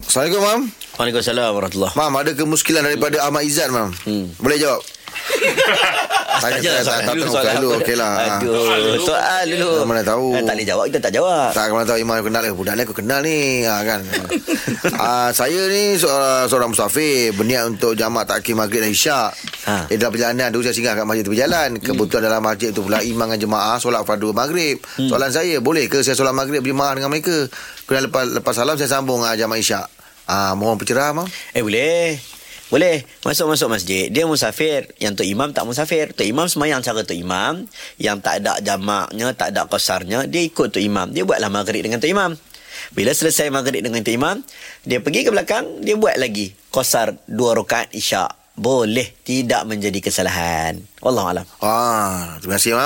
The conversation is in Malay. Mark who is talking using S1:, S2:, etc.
S1: Assalamualaikum, Mam.
S2: Waalaikumsalam warahmatullah.
S1: Mam, ada kemuskilan daripada Ahmad Izan, Mam?
S2: Hmm.
S1: Boleh jawab? Tanya
S2: Tanya lah
S1: tak tak tak tak tak lu lah. okeylah.
S2: Aduh, soal dulu.
S1: Mana mana tahu.
S2: Eh, tak boleh jawab, kita tak jawab.
S1: Tak kena tahu Iman aku kenal ke budak ni aku kenal ni ha, kan. ha, saya ni seorang, seorang musafir berniat untuk jamak takkim maghrib dan isyak.
S2: Ha.
S1: Ha. Eh, dalam perjalanan dulu saya singgah kat masjid tepi jalan. Kebetulan dalam masjid tu pula imam dengan jemaah solat fardu maghrib. Hmm. Soalan saya, boleh ke saya solat maghrib berjemaah dengan mereka? Kemudian lepas lepas salam saya sambung ha, jamak isyak. Ah, ha, mohon pencerahan, Mam.
S2: Eh boleh. Boleh Masuk-masuk masjid Dia musafir Yang Tok Imam tak musafir Tok Imam semayang cara Tok Imam Yang tak ada jamaknya Tak ada kosarnya Dia ikut Tok Imam Dia buatlah maghrib dengan Tok Imam Bila selesai maghrib dengan Tok Imam Dia pergi ke belakang Dia buat lagi Kosar dua rakaat isyak Boleh Tidak menjadi kesalahan Wallahualam
S1: Ah, terima kasih, Mam.